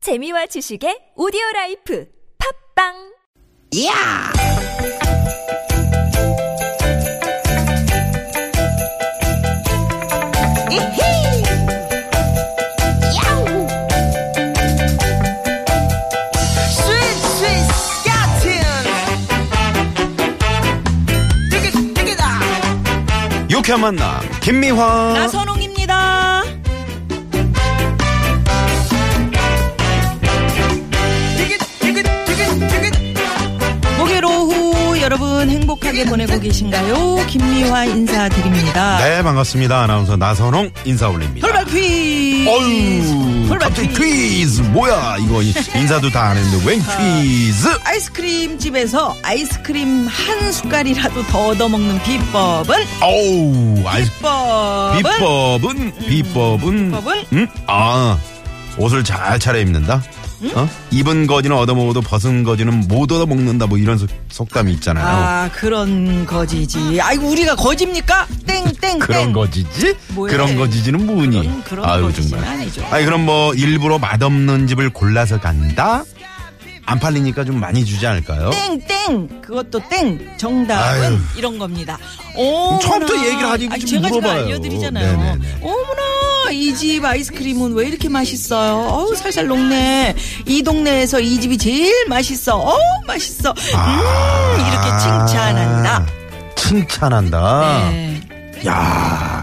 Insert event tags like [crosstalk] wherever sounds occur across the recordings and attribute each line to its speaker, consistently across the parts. Speaker 1: 재미와 지식의 오디오 라이프 팝빵
Speaker 2: 야! 이히! 야우! 스윗, 스윗, 야틴! 띠기, 띠기다!
Speaker 3: 유쾌한 만남 김미화
Speaker 4: 어? 나선홍입니다.
Speaker 2: 띠기, 띠기, 띠기, 띠기!
Speaker 4: 목요일 오후 여러분 행복하게 보내고 계신가요? 김미화 인사드립니다.
Speaker 3: 네 반갑습니다 아나운서 나선홍 인사 올립니다
Speaker 4: 돌발 퀴즈.
Speaker 3: 어유
Speaker 4: 돌발
Speaker 3: 갑자기
Speaker 4: 퀴즈. 어.
Speaker 3: 퀴즈 뭐야 이거 이- 인사도 다 안 했는데 웬 퀴즈
Speaker 4: 아이스크림 집에서 아이스크림 한 숟갈이라도 더 얻어먹는 비법은
Speaker 3: 어우 아이
Speaker 4: 비법은 음,
Speaker 3: 비법은 비법은
Speaker 4: 비법은?
Speaker 3: 음? 아 옷을 잘 차려입는다
Speaker 4: 음?
Speaker 3: 어? 입은 거지는 얻어먹어도 벗은 거지는 못 얻어먹는다 뭐 이런 속- 속담이 있잖아요
Speaker 4: 아 그런 거지지. 아이고 우리가 거집니까? 땡땡땡.
Speaker 3: 그런 거지지?
Speaker 4: 네. 뭐야? 네.
Speaker 3: 그런 거지지는 뭐니?
Speaker 4: 그런- 그런 거지지는 아니죠.
Speaker 3: 아니 그럼 뭐 일부러 맛없는 집을 골라서 간다? 안 팔리니까 좀 많이 주지 않을까요?
Speaker 4: 네. 땡땡 그것도 땡 정답은
Speaker 3: 아유.
Speaker 4: 이런 겁니다. 어머나.
Speaker 3: 처음부터 얘기를 하지,
Speaker 4: 아니,
Speaker 3: 좀
Speaker 4: 제가 지금
Speaker 3: 물어봐요.
Speaker 4: 알려드리잖아요.
Speaker 3: 네네네.
Speaker 4: 어머나 이 집 아이스크림은 왜 이렇게 맛있어요? 어우 살살 녹네. 이 동네에서 이 집이 제일 맛있어. 어우 맛있어.
Speaker 3: 아.
Speaker 4: 음 이렇게 칭찬한다.
Speaker 3: 칭찬한다.
Speaker 4: 네.
Speaker 3: 야,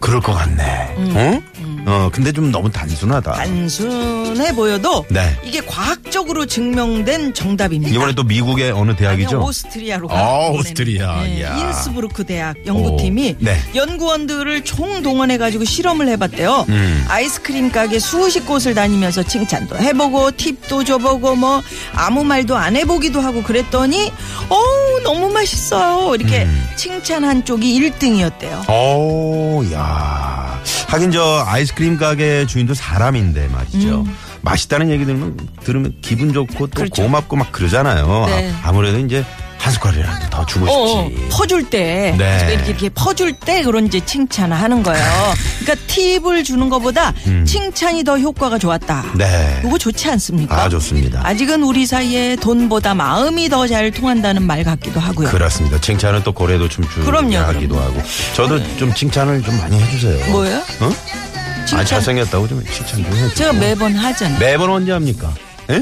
Speaker 3: 그럴 것 같네.
Speaker 4: 음.
Speaker 3: 어? 어, 근데 좀 너무 단순하다.
Speaker 4: 단순해 보여도
Speaker 3: 네.
Speaker 4: 이게 과학적으로 증명된 정답입니다.
Speaker 3: 이번에 또 미국의 어느 대학이죠?
Speaker 4: 아니요, 오스트리아로 가.
Speaker 3: 아, 오스트리아. 이야.
Speaker 4: 인스부르크 대학 연구팀이
Speaker 3: 오, 네.
Speaker 4: 연구원들을 총동원해 가지고 실험을 해 봤대요.
Speaker 3: 음.
Speaker 4: 아이스크림 가게 수십 곳을 다니면서 칭찬도 해 보고 팁도 줘 보고 뭐 아무 말도 안해 보기도 하고 그랬더니 어우, 너무 맛있어요. 이렇게
Speaker 3: 음.
Speaker 4: 칭찬한 쪽이 1등이었대요.
Speaker 3: 오, 야. 하긴 저 아이스크림 가게 주인도 사람인데 말이죠. 맛있다는 얘기 들으면 들으면 기분 좋고 또
Speaker 4: 음. 그렇죠.
Speaker 3: 고맙고 막 그러잖아요.
Speaker 4: 네.
Speaker 3: 아, 무래도 이제 한 숟갈이라도 더 주고
Speaker 4: 어,
Speaker 3: 싶지.
Speaker 4: 퍼줄 때
Speaker 3: 네.
Speaker 4: 집에 이렇게, 이렇게 퍼줄 때 그런 이제 칭찬을 하는 거예요. 그러니까 팁을 주는 것보다 칭찬이 더 효과가 좋았다.
Speaker 3: 음. 네.
Speaker 4: 이거 좋지 않습니까?
Speaker 3: 아, 좋습니다.
Speaker 4: 아직은 우리 사이에 돈보다 마음이 더 잘 통한다는 말 같기도 하고요.
Speaker 3: 그렇습니다. 칭찬은 또 고래도 춤추기도
Speaker 4: 그럼요, 네.
Speaker 3: 하기도 하고. 저도 좀 칭찬을 좀 많이 해주세요.
Speaker 4: 뭐예요?
Speaker 3: 어? 아,
Speaker 4: 칭찬.
Speaker 3: 잘생겼다고 좀 칭찬 좀 해주세요.
Speaker 4: 제가 매번 하잖아요.
Speaker 3: 매번 언제 합니까? 예?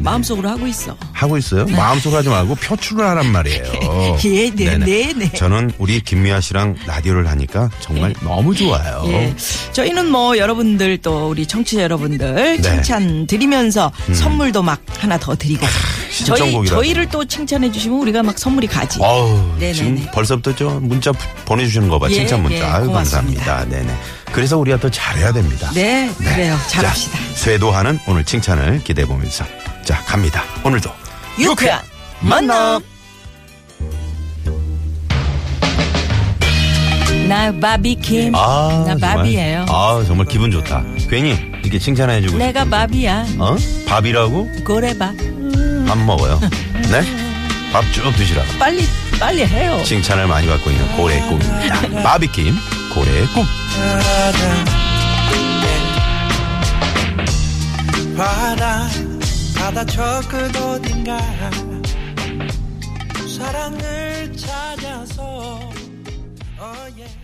Speaker 4: 마음속으로 하고 있어.
Speaker 3: 하고 있어요? 마음속 하지 말고 표출을 하란 말이에요.
Speaker 4: 네. [laughs] 예, 네, 네, 네.
Speaker 3: 저는 우리 김미아 씨랑 라디오를 하니까 정말 너무 좋아요.
Speaker 4: 예. 저희는 뭐 여러분들 또 우리 청취자 여러분들
Speaker 3: 네. 음.
Speaker 4: 칭찬 드리면서 선물도 막 하나 더 드리고 저희
Speaker 3: 신청곡이라고.
Speaker 4: 저희를 또 칭찬해 주시면 우리가 막 선물이 가지.
Speaker 3: 어우,
Speaker 4: 네네네.
Speaker 3: 지금 벌써부터 저 문자 부- 보내주시는 거 봐.
Speaker 4: 예,
Speaker 3: 칭찬 문자.
Speaker 4: 예,
Speaker 3: 아유,
Speaker 4: 고맙습니다.
Speaker 3: 감사합니다. 네네. 그래서 우리가 더 잘해야 됩니다.
Speaker 4: 네, 그래요. 잘합시다.
Speaker 3: 자, 쇄도하는 오늘 칭찬을 기대해 보면서. 자, 갑니다. 오늘도.
Speaker 4: 음, 유쾌한 만남. 나 바비킴.
Speaker 3: 아,
Speaker 4: 나
Speaker 3: 정말.
Speaker 4: 밥이에요.
Speaker 3: 아, 정말 기분 좋다. 괜히 이렇게 칭찬해주고.
Speaker 4: 내가
Speaker 3: 싶은데.
Speaker 4: 밥이야.
Speaker 3: 어? 밥이라고?
Speaker 4: 고래밥.
Speaker 3: 밥
Speaker 4: [laughs]
Speaker 3: 먹어요. 네? 밥 쭉 드시라고.
Speaker 4: 빨리 빨리 해요.
Speaker 3: 칭찬을 많이 받고 있는 고래 꿈입니다. 바비킴 고래 꿈.
Speaker 5: 바다 바다 저 끝 어딘가 사랑을 찾아서 oh yeah.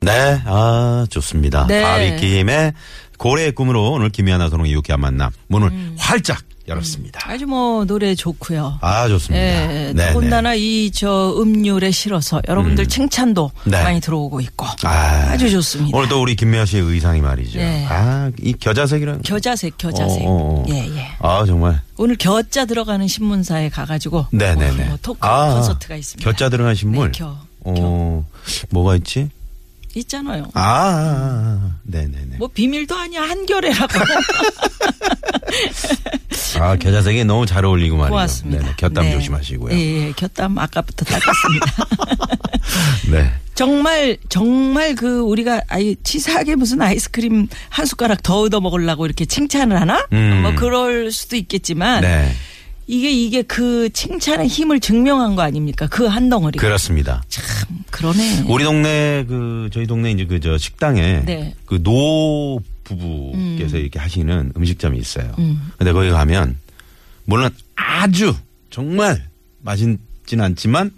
Speaker 3: 네, 아 좋습니다.
Speaker 4: 네.
Speaker 3: 바비킴의 고래의 꿈으로 오늘 김희아나 선홍의 유쾌한 만남 문을
Speaker 4: 음.
Speaker 3: 활짝 열었습니다.
Speaker 4: 아주 뭐 노래 좋고요.
Speaker 3: 아 좋습니다. 네.
Speaker 4: 예, 더군다나 이 저 음률에 실어서 여러분들 칭찬도
Speaker 3: 네.
Speaker 4: 많이 들어오고 있고
Speaker 3: 아,
Speaker 4: 아, 주 좋습니다.
Speaker 3: 오늘 또 우리 김미아 씨의 의상이 말이죠.
Speaker 4: 네.
Speaker 3: 아 이 겨자색이랑
Speaker 4: 겨자색, 겨자색.
Speaker 3: 어, 어, 어.
Speaker 4: 예, 예.
Speaker 3: 아 정말
Speaker 4: 오늘 겨자 들어가는 신문사에 가가지고
Speaker 3: 네네네.
Speaker 4: 어, 뭐 토크
Speaker 3: 아,
Speaker 4: 콘서트가 있습니다.
Speaker 3: 겨자 들어간 신물.
Speaker 4: 네, 겨,
Speaker 3: 어 뭐가 있지?
Speaker 4: 있잖아요.
Speaker 3: 아, 아, 아. 네네네.
Speaker 4: 뭐 비밀도 아니야 한결에라고.
Speaker 3: 아, 겨자색이 너무 잘 어울리고 말이죠.
Speaker 4: 고맙습니다.
Speaker 3: 네네, 곁담
Speaker 4: 네.
Speaker 3: 조심하시고요.
Speaker 4: 예, 예, 곁담 아까부터 닦았습니다. [laughs]
Speaker 3: 네.
Speaker 4: 정말 정말 그 우리가 아이 치사하게 무슨 아이스크림 한 숟가락 더 얻어 먹으려고 이렇게 칭찬을 하나?
Speaker 3: 음.
Speaker 4: 뭐 그럴 수도 있겠지만
Speaker 3: 네.
Speaker 4: 이게 이게 그 칭찬의 힘을 증명한 거 아닙니까? 그 한 덩어리. 가
Speaker 3: 그렇습니다.
Speaker 4: 그러네.
Speaker 3: 우리 동네 그 저희 동네 이제 그 저 식당에
Speaker 4: 네. 음.
Speaker 3: 그 노부 부부께서 이렇게 하시는 음식점이 있어요. 근데 거기 가면 물론 아주 정말 맛있진 않지만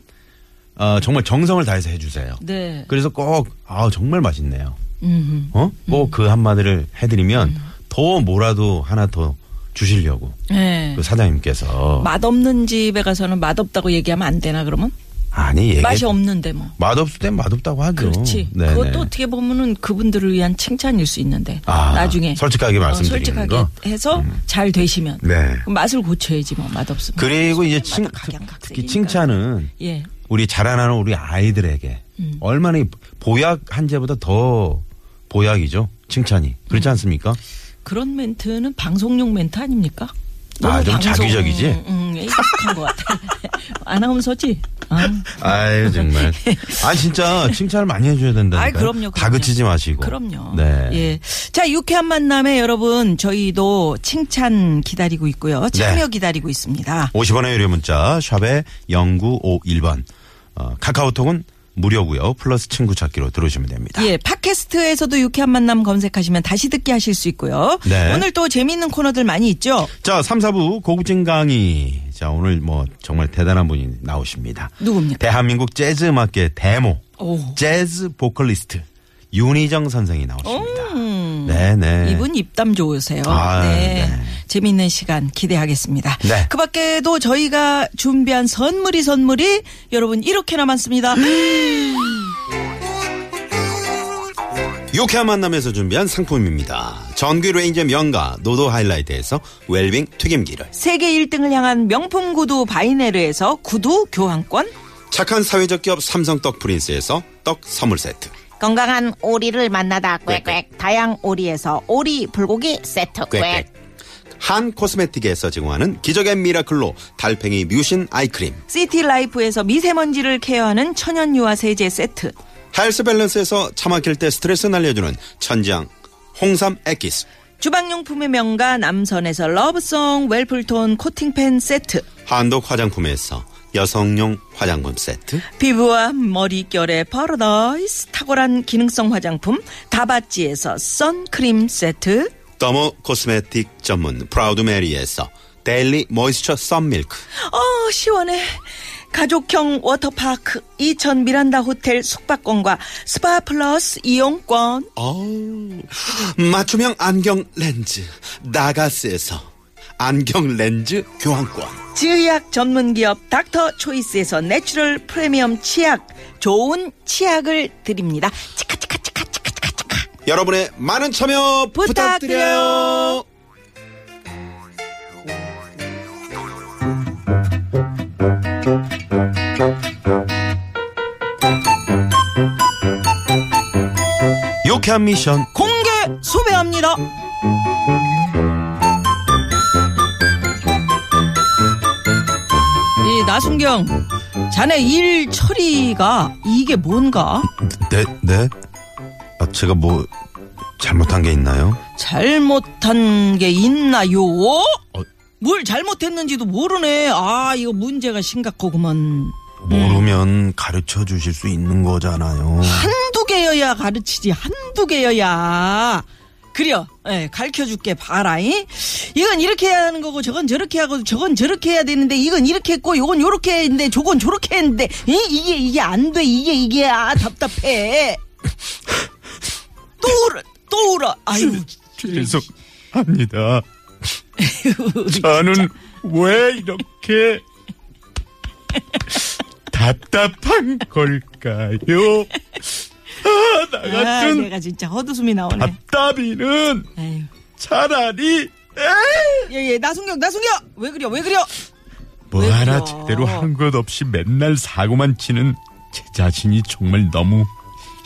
Speaker 3: 어, 정말 정성을 다해서 해주세요.
Speaker 4: 네.
Speaker 3: 그래서 꼭 아, 정말 맛있네요.
Speaker 4: 음.
Speaker 3: 어? 뭐 그 한마디를 해드리면 더 뭐라도 하나 더 주시려고
Speaker 4: 네.
Speaker 3: 그 사장님께서
Speaker 4: 맛없는 집에 가서는 맛없다고 얘기하면 안 되나 그러면?
Speaker 3: 아니 얘기
Speaker 4: 맛이 없는데 뭐.
Speaker 3: 맛없을 땐 맛없다고 하죠.
Speaker 4: 그렇지.
Speaker 3: 네네.
Speaker 4: 그것도 어떻게 보면은 그분들을 위한 칭찬일 수 있는데
Speaker 3: 아,
Speaker 4: 나중에 어,
Speaker 3: 솔직하게 말씀드리는
Speaker 4: 솔직하게
Speaker 3: 거? 음.
Speaker 4: 해서 잘 되시면
Speaker 3: 네.
Speaker 4: 그럼 맛을 고쳐야지 뭐 맛없으면.
Speaker 3: 그리고 이제 칭,
Speaker 4: 맛도 각양각색이니까.
Speaker 3: 특히 칭찬은
Speaker 4: 예.
Speaker 3: 우리 자라나는 우리 아이들에게
Speaker 4: 음.
Speaker 3: 얼마나 이 보약 한 재보다 더 보약이죠. 칭찬이.
Speaker 4: 음.
Speaker 3: 그렇지 않습니까?
Speaker 4: 그런 멘트는 방송용 멘트 아닙니까?
Speaker 3: 아,
Speaker 4: 너무
Speaker 3: 좀
Speaker 4: 방송-
Speaker 3: 자기적이지?
Speaker 4: 음, 익숙한 것 같아. [laughs] 아나운서지? 아,
Speaker 3: 아유, 정말.
Speaker 4: [laughs]
Speaker 3: 아, 진짜 칭찬을 많이 해줘야 된다니까.
Speaker 4: 아이, 그럼요, 그럼요.
Speaker 3: 다그치지 마시고.
Speaker 4: 그럼요.
Speaker 3: 네.
Speaker 4: 예. 자, 유쾌한 만남에 여러분, 저희도 칭찬 기다리고
Speaker 3: 네.
Speaker 4: 있고요. 참여 기다리고 있습니다.
Speaker 3: 50원의 유료 문자 샵에 0951번. 어, 카카오톡은 무료고요. 플러스 친구 찾기로 들어오시면 됩니다.
Speaker 4: 예, 팟캐스트에서도 유쾌한 만남 검색하시면 다시 듣기 하실 수 있고요.
Speaker 3: 네.
Speaker 4: 오늘 또 재미있는 코너들 많이 있죠?
Speaker 3: 자, 3, 4부 고급진 강의. 자, 오늘 뭐 정말 대단한 분이 나오십니다.
Speaker 4: 누굽니까?
Speaker 3: 대한민국 재즈 음악계 대모.
Speaker 4: 오.
Speaker 3: 재즈 보컬리스트 윤희정 선생이 나오십니다. 네, 네.
Speaker 4: 이분 입담 좋으세요.
Speaker 3: 아,
Speaker 4: 네.
Speaker 3: 네.
Speaker 4: 재미있는 시간 기대하겠습니다.
Speaker 3: 네.
Speaker 4: 그 밖에도 저희가 준비한 선물이 선물이 여러분 이렇게나 많습니다.
Speaker 3: 음. 유쾌한 만남에서 준비한 상품입니다. 전기 레인저 명가 노도 하이라이트에서 웰빙 튀김기를
Speaker 4: 세계 1등을 향한 명품 구두 바이네르에서 구두 교환권,
Speaker 3: 착한 사회적 기업 삼성 떡 프린스에서 떡 선물 세트
Speaker 6: 건강한 오리를 만나다 꽥꽥 다양 오리에서 오리 불고기 세트 꽥꽥
Speaker 3: 꽥꽥 한 코스메틱에서 제공하는 기적의 미라클로 달팽이 뮤신 아이크림
Speaker 4: 시티 라이프에서 미세먼지를 케어하는 천연 유화 세제 세트,
Speaker 3: 헬스 밸런스에서 차 막힐 때 스트레스 날려주는 천장 홍삼 액기스
Speaker 4: 주방용품의 명가 남선에서 러브송 웰플톤 코팅팬 세트,
Speaker 3: 한독 화장품에서 여성용 화장품 세트
Speaker 4: 피부와 머릿결의 파라다이스 탁월한 기능성 화장품 다바찌에서 선크림 세트
Speaker 3: 더모 코스메틱 전문 프라우드 메리에서 데일리 모이스처 썬밀크
Speaker 4: 어 시원해 가족형 워터파크 이천 미란다 호텔 숙박권과 스파 플러스 이용권
Speaker 3: 어우, 맞춤형 안경 렌즈 나가스에서 안경 렌즈 교환권
Speaker 4: 치약 전문기업 닥터 초이스에서 내추럴 프리미엄 치약 좋은 치약을 드립니다 치카치카치카치카치카
Speaker 3: 여러분의 많은 참여 부탁드려요.
Speaker 4: 부탁드려요.
Speaker 3: 유쾌한 미션
Speaker 4: 공개 수배합니다 이 나순경 자네 일 처리가 이게 뭔가
Speaker 3: 네, 네. 아, 제가 뭐 잘못한 게 있나요?
Speaker 4: 잘못한 게 있나요?
Speaker 3: 어.
Speaker 4: 뭘 잘못했는지도 모르네. 아, 이거 문제가 심각하구만.
Speaker 3: 모르면 가르쳐 주실 수 있는 거잖아요.
Speaker 4: 한두 개여야 가르치지, 한두 개여야. 그려, 예, 가르쳐 줄게, 봐라잉. 이건 이렇게 해야 하는 거고, 저건 저렇게 하고, 저건 저렇게 해야 되는데, 이건 이렇게 했고, 요건 요렇게 했는데, 저건 저렇게 했는데, 이, 이게, 이게 안 돼, 이게, 이게, 아, 답답해. 또 울어, 또 울어. 아유, [laughs]
Speaker 7: 죄송합니다. 저는 왜 이렇게 답답한 걸까요? 아, 나
Speaker 4: 아,
Speaker 7: 같은
Speaker 4: 내가 진짜 헛웃음이 나오네.
Speaker 7: 답답이는
Speaker 4: 에휴.
Speaker 7: 차라리
Speaker 4: 예, 예, 나순경, 나순경! 왜 그려, 왜 그려?
Speaker 7: 뭐
Speaker 4: 왜
Speaker 7: 하나
Speaker 4: 그래요?
Speaker 7: 제대로 한 것 없이 맨날 사고만 치는 제 자신이 정말 너무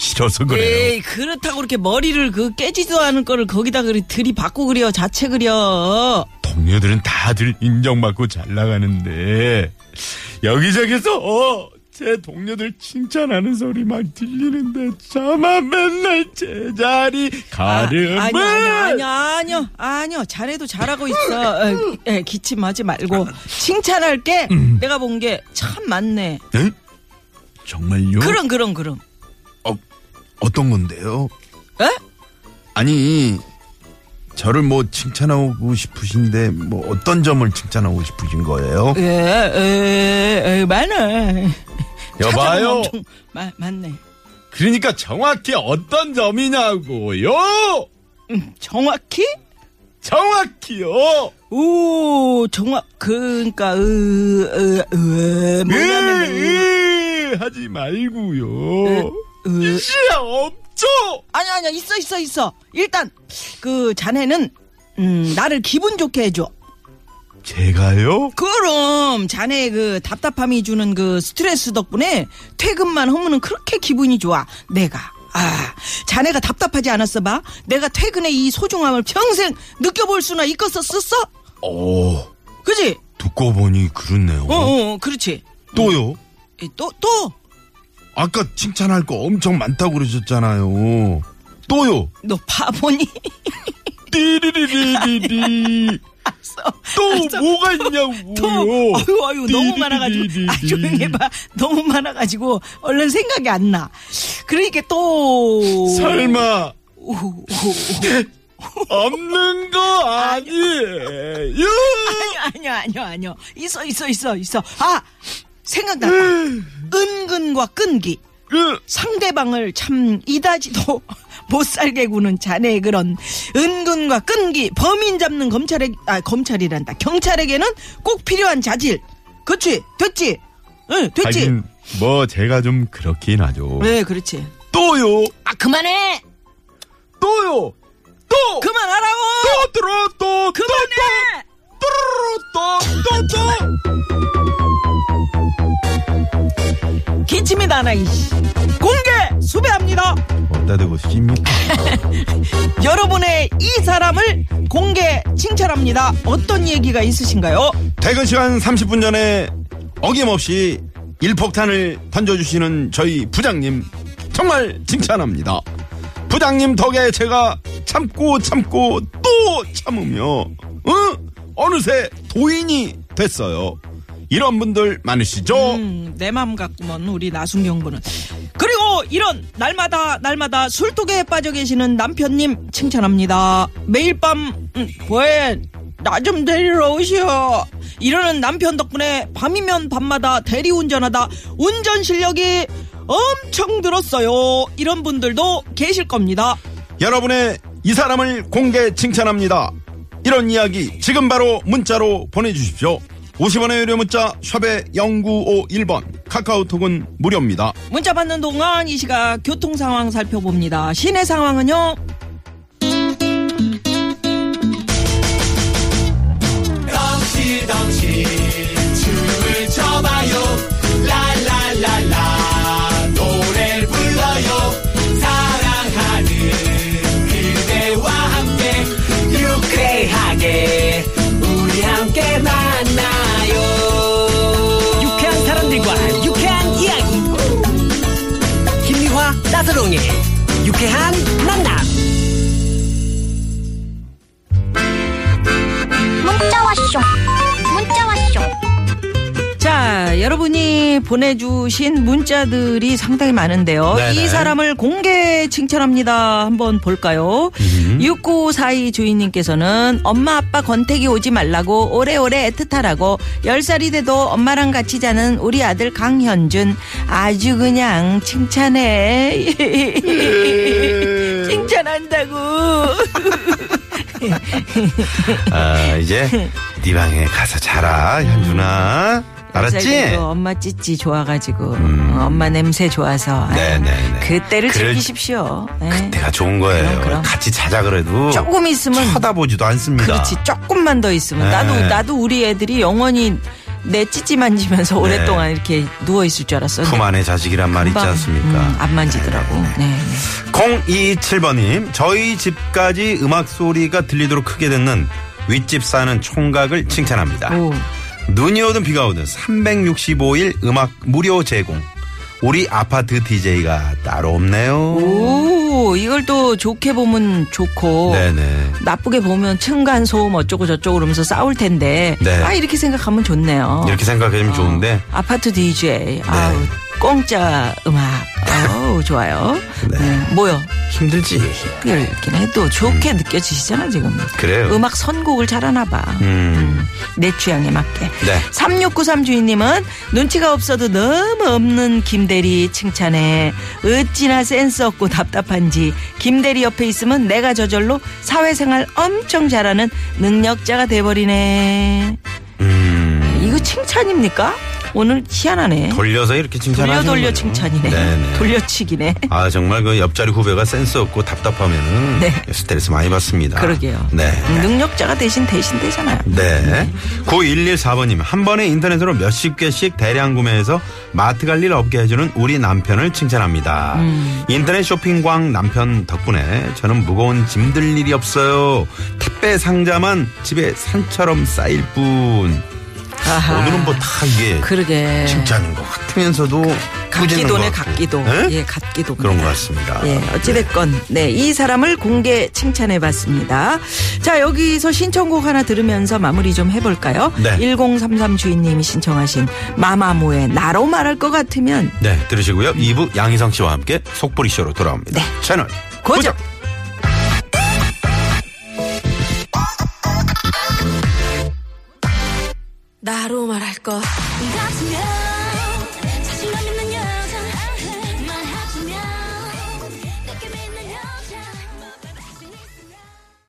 Speaker 7: 싫어서 그래요.
Speaker 4: 에이, 그렇다고 그렇게 머리를 그 깨지도 않은 거를 거기다 그리 들이받고 그려, 자체 그려.
Speaker 7: 동료들은 다들 인정받고 잘 나가는데 여기저기서 어, 제 동료들 칭찬하는 소리 막 들리는데 저만 맨날 제자리 가름을
Speaker 4: 아니야, 아니야, 아니야, 아니야. 잘해도 잘하고 있어. 에, 에, 기침하지 말고. 칭찬할 게
Speaker 7: 음.
Speaker 4: 내가 본 게 참 많네.
Speaker 7: 네? 정말요?
Speaker 4: 그럼, 그럼, 그럼.
Speaker 7: 어떤 건데요?
Speaker 4: 에?
Speaker 7: 아니
Speaker 3: 저를 뭐 칭찬하고 싶으신데 뭐 어떤 점을 칭찬하고 싶으신 거예요?
Speaker 4: 예, 예, 예, 많네. 찾아보면
Speaker 7: 여봐요.
Speaker 4: 엄청 마, 많네.
Speaker 7: 그러니까 정확히 어떤 점이냐고요.
Speaker 4: 음, 정확히?
Speaker 7: 정확히요.
Speaker 4: 오, 정확, 그니까, 으, 으, 으,
Speaker 7: 예,
Speaker 4: 뭐냐면, 으,
Speaker 7: 으, 으, 하지 말고요.
Speaker 4: 으.
Speaker 7: 시야 없죠.
Speaker 4: 아니, 아니, 있어, 있어, 있어. 일단, 그, 자네는, 음, 나를 기분 좋게 해줘.
Speaker 7: 제가요?
Speaker 4: 그럼, 자네의 그 답답함이 주는 그 스트레스 덕분에 퇴근만 하면은 그렇게 기분이 좋아. 내가. 아, 자네가 답답하지 않았어 봐? 내가 퇴근의 이 소중함을 평생 느껴볼 수나 있겠었었어?
Speaker 3: 오
Speaker 4: 그지?
Speaker 3: 듣고 보니 그렇네요.
Speaker 4: 어, 어, 어, 그렇지.
Speaker 3: 또요?
Speaker 4: 이, 또, 또,
Speaker 3: 아까 칭찬할 거 엄청 많다고 그러셨잖아요. 또요?
Speaker 4: 너 바보니?
Speaker 7: 띠리리리리리. 또 뭐가 있냐고요.
Speaker 4: 또, 뭐- 아유, 아유, 너무 많아가지고. 아,
Speaker 7: 띠리리리리리.
Speaker 4: 조용히 해봐. 너무 많아가지고, 얼른 생각이 안 나. 그러니까 또.
Speaker 7: 설마
Speaker 4: 오, 오, 오.
Speaker 7: 없는 거 아니에요?
Speaker 4: 아니야, 아니야, 아니야. 있어, 있어, 있어, 있어. 아! 생각났다.
Speaker 7: 음.
Speaker 4: 은근과 끈기.
Speaker 7: 그
Speaker 4: 상대방을 참 이다지도 [laughs] 못 살게 구는 자네의 그런 은근과 끈기. 범인 잡는 검찰에, 아, 검찰이란다. 경찰에게는 꼭 필요한 자질. 그치? 됐지? 응, 됐지?
Speaker 7: 하긴 뭐 제가 좀 그렇긴 하죠.
Speaker 4: 네, 그렇지.
Speaker 7: 또요.
Speaker 6: 아 그만해.
Speaker 7: 또요. 또.
Speaker 4: 그만하라고!
Speaker 7: 또 들어 또. 그만해. 또또또 또. 또, 또.
Speaker 4: 기침이 나나, 이씨. 공개! 수배합니다!
Speaker 3: 어디다 대고 씁니까?
Speaker 4: 여러분의 이 사람을 공개 칭찬합니다. 어떤 얘기가 있으신가요?
Speaker 3: 퇴근 시간 30분 전에 어김없이 일폭탄을 던져주시는 저희 부장님 정말 칭찬합니다. 부장님 덕에 제가 참고 참고 또 참으며 어? 어느새 도인이 됐어요. 이런 분들 많으시죠?
Speaker 4: 음, 내 맘 같구먼 우리 나순경 군은 그리고 이런 날마다 날마다 술독에 빠져 계시는 남편님 칭찬합니다 매일 밤 음, 보엔 나좀 데리러 오시오 이러는 남편 덕분에 밤이면 밤마다 대리운전하다 운전 실력이 엄청 늘었어요 이런 분들도 계실 겁니다
Speaker 3: 여러분의 이 사람을 공개 칭찬합니다. 이런 이야기 지금 바로 문자로 보내주십시오. 50원의 유료 문자 샵의 0951번 카카오톡은 무료입니다.
Speaker 4: 문자 받는 동안 이 시각 교통 상황 살펴봅니다 시내 상황은요
Speaker 8: 유쾌하게 우리 함께 만나요 유쾌한 사람들과 유쾌한 이야기 김미화 나서롱의 유쾌한 만남
Speaker 9: 문자 왔쇼 문자 왔쇼
Speaker 4: 자, 여러분이 보내주신 문자들이 상당히 많은데요.
Speaker 3: 네네.
Speaker 4: 이 사람을 공개 칭찬합니다. 한번 볼까요?
Speaker 3: 음.
Speaker 4: 6942 주인님께서는 엄마 아빠 권태기 오지 말라고 오래오래 애틋하라고 10살이 돼도 엄마랑 같이 자는 우리 아들 강현준 아주 그냥 칭찬해. [laughs]
Speaker 3: 네.
Speaker 4: 칭찬한다고.
Speaker 3: 아,
Speaker 4: [laughs]
Speaker 3: 이제 네 방에 가서 자라, 현준아.
Speaker 4: 갑자기
Speaker 3: 알았지? 음.
Speaker 4: 또 엄마 찌찌 좋아가지고 어, 엄마 냄새 좋아서 아유,
Speaker 3: 네네네.
Speaker 4: 그때를
Speaker 3: 그럴-
Speaker 4: 즐기십시오. 예.
Speaker 3: 내가 좋은 거예요.
Speaker 4: 그럼, 그럼.
Speaker 3: 같이 자자 그래도
Speaker 4: 조금 있으면
Speaker 3: 쳐다보지도 않습니다.
Speaker 4: 그렇지 조금만 더 있으면
Speaker 3: 네.
Speaker 4: 나도 나도 우리 애들이 영원히 내 찌찌 만지면서 오랫동안 이렇게 누워 있을 줄 알았어.
Speaker 3: 네. 품 안의 자식이란 말 있지
Speaker 4: 금방,
Speaker 3: 않습니까?
Speaker 4: 음, 안 만지더라고.
Speaker 3: 네네네.
Speaker 4: 네.
Speaker 3: 027번님, 저희 집까지 음악 소리가 들리도록 크게 듣는 윗집 사는 총각을 칭찬합니다.
Speaker 4: 네, 오.
Speaker 3: 눈이 오든 비가 오든 365일 음악 무료 제공. 우리 아파트 DJ가 따로 없네요.
Speaker 4: 오, 이걸 또 좋게 보면 좋고
Speaker 3: 네네.
Speaker 4: 나쁘게 보면 층간 소음 어쩌고 저쩌고 그러면서 싸울 텐데
Speaker 3: 네.
Speaker 4: 아 이렇게 생각하면 좋네요.
Speaker 3: 이렇게 생각하면
Speaker 4: 어,
Speaker 3: 좋은데
Speaker 4: 아파트 DJ 아우 공짜 음악 아, 어우, 좋아요. 네, 뭐요?
Speaker 3: 힘들지.
Speaker 4: 힘들긴 해도 좋게 느껴지시잖아, 지금.
Speaker 3: 그래요.
Speaker 4: 음악 선곡을 잘하나 봐.
Speaker 3: 음.
Speaker 4: 내 취향에 맞게.
Speaker 3: 네.
Speaker 4: 3693 주인님은 눈치가 없어도 너무 없는 김대리 칭찬해. 어찌나 센스 없고 답답한지. 김대리 옆에 있으면 내가 저절로 사회생활 엄청 잘하는 능력자가 돼버리네. 이거 칭찬입니까? 오늘 희한하네.
Speaker 3: 음, 돌려서 이렇게
Speaker 4: 돌려
Speaker 3: 칭찬하시는
Speaker 4: 돌려
Speaker 3: 거죠.
Speaker 4: 칭찬이네.
Speaker 3: 네네.
Speaker 4: 돌려치기네.
Speaker 3: 아 정말 그 옆자리 후배가 센스 없고 답답하면은
Speaker 4: 네.
Speaker 3: 스트레스 많이 받습니다.
Speaker 4: 그러게요. 음.
Speaker 3: 네.
Speaker 4: 능력자가 대신 대신 되잖아요.
Speaker 3: 네. 9114번님, 한 번에 인터넷으로 몇십 개씩 대량 구매해서 마트 갈 일 없게 해주는 우리 남편을 칭찬합니다.
Speaker 4: 음.
Speaker 3: 인터넷 쇼핑광 남편 덕분에 저는 무거운 짐 들 일이 없어요. 택배 상자만 집에 산처럼 쌓일 뿐.
Speaker 4: 아하.
Speaker 3: 오늘은 뭐 다 이게
Speaker 4: 그러게.
Speaker 3: 칭찬인 것 같으면서도 꾸짖는
Speaker 4: 갓기도네
Speaker 3: 것 같고.
Speaker 4: 갓기도.
Speaker 3: 예?
Speaker 4: 예, 갓기도.
Speaker 3: 그런 것 같습니다.
Speaker 4: 예, 어찌됐건, 네, 이 사람을 공개 칭찬해 봤습니다. 자, 여기서 신청곡 하나 들으면서 마무리 좀 해볼까요?
Speaker 3: 네.
Speaker 4: 1033 주인님이 신청하신 마마무의 나로 말할 것 같으면
Speaker 3: 네, 들으시고요. 2부 양희성 씨와 함께 속보리 쇼로 돌아옵니다. 채널
Speaker 4: 네. 고정!
Speaker 9: 같으면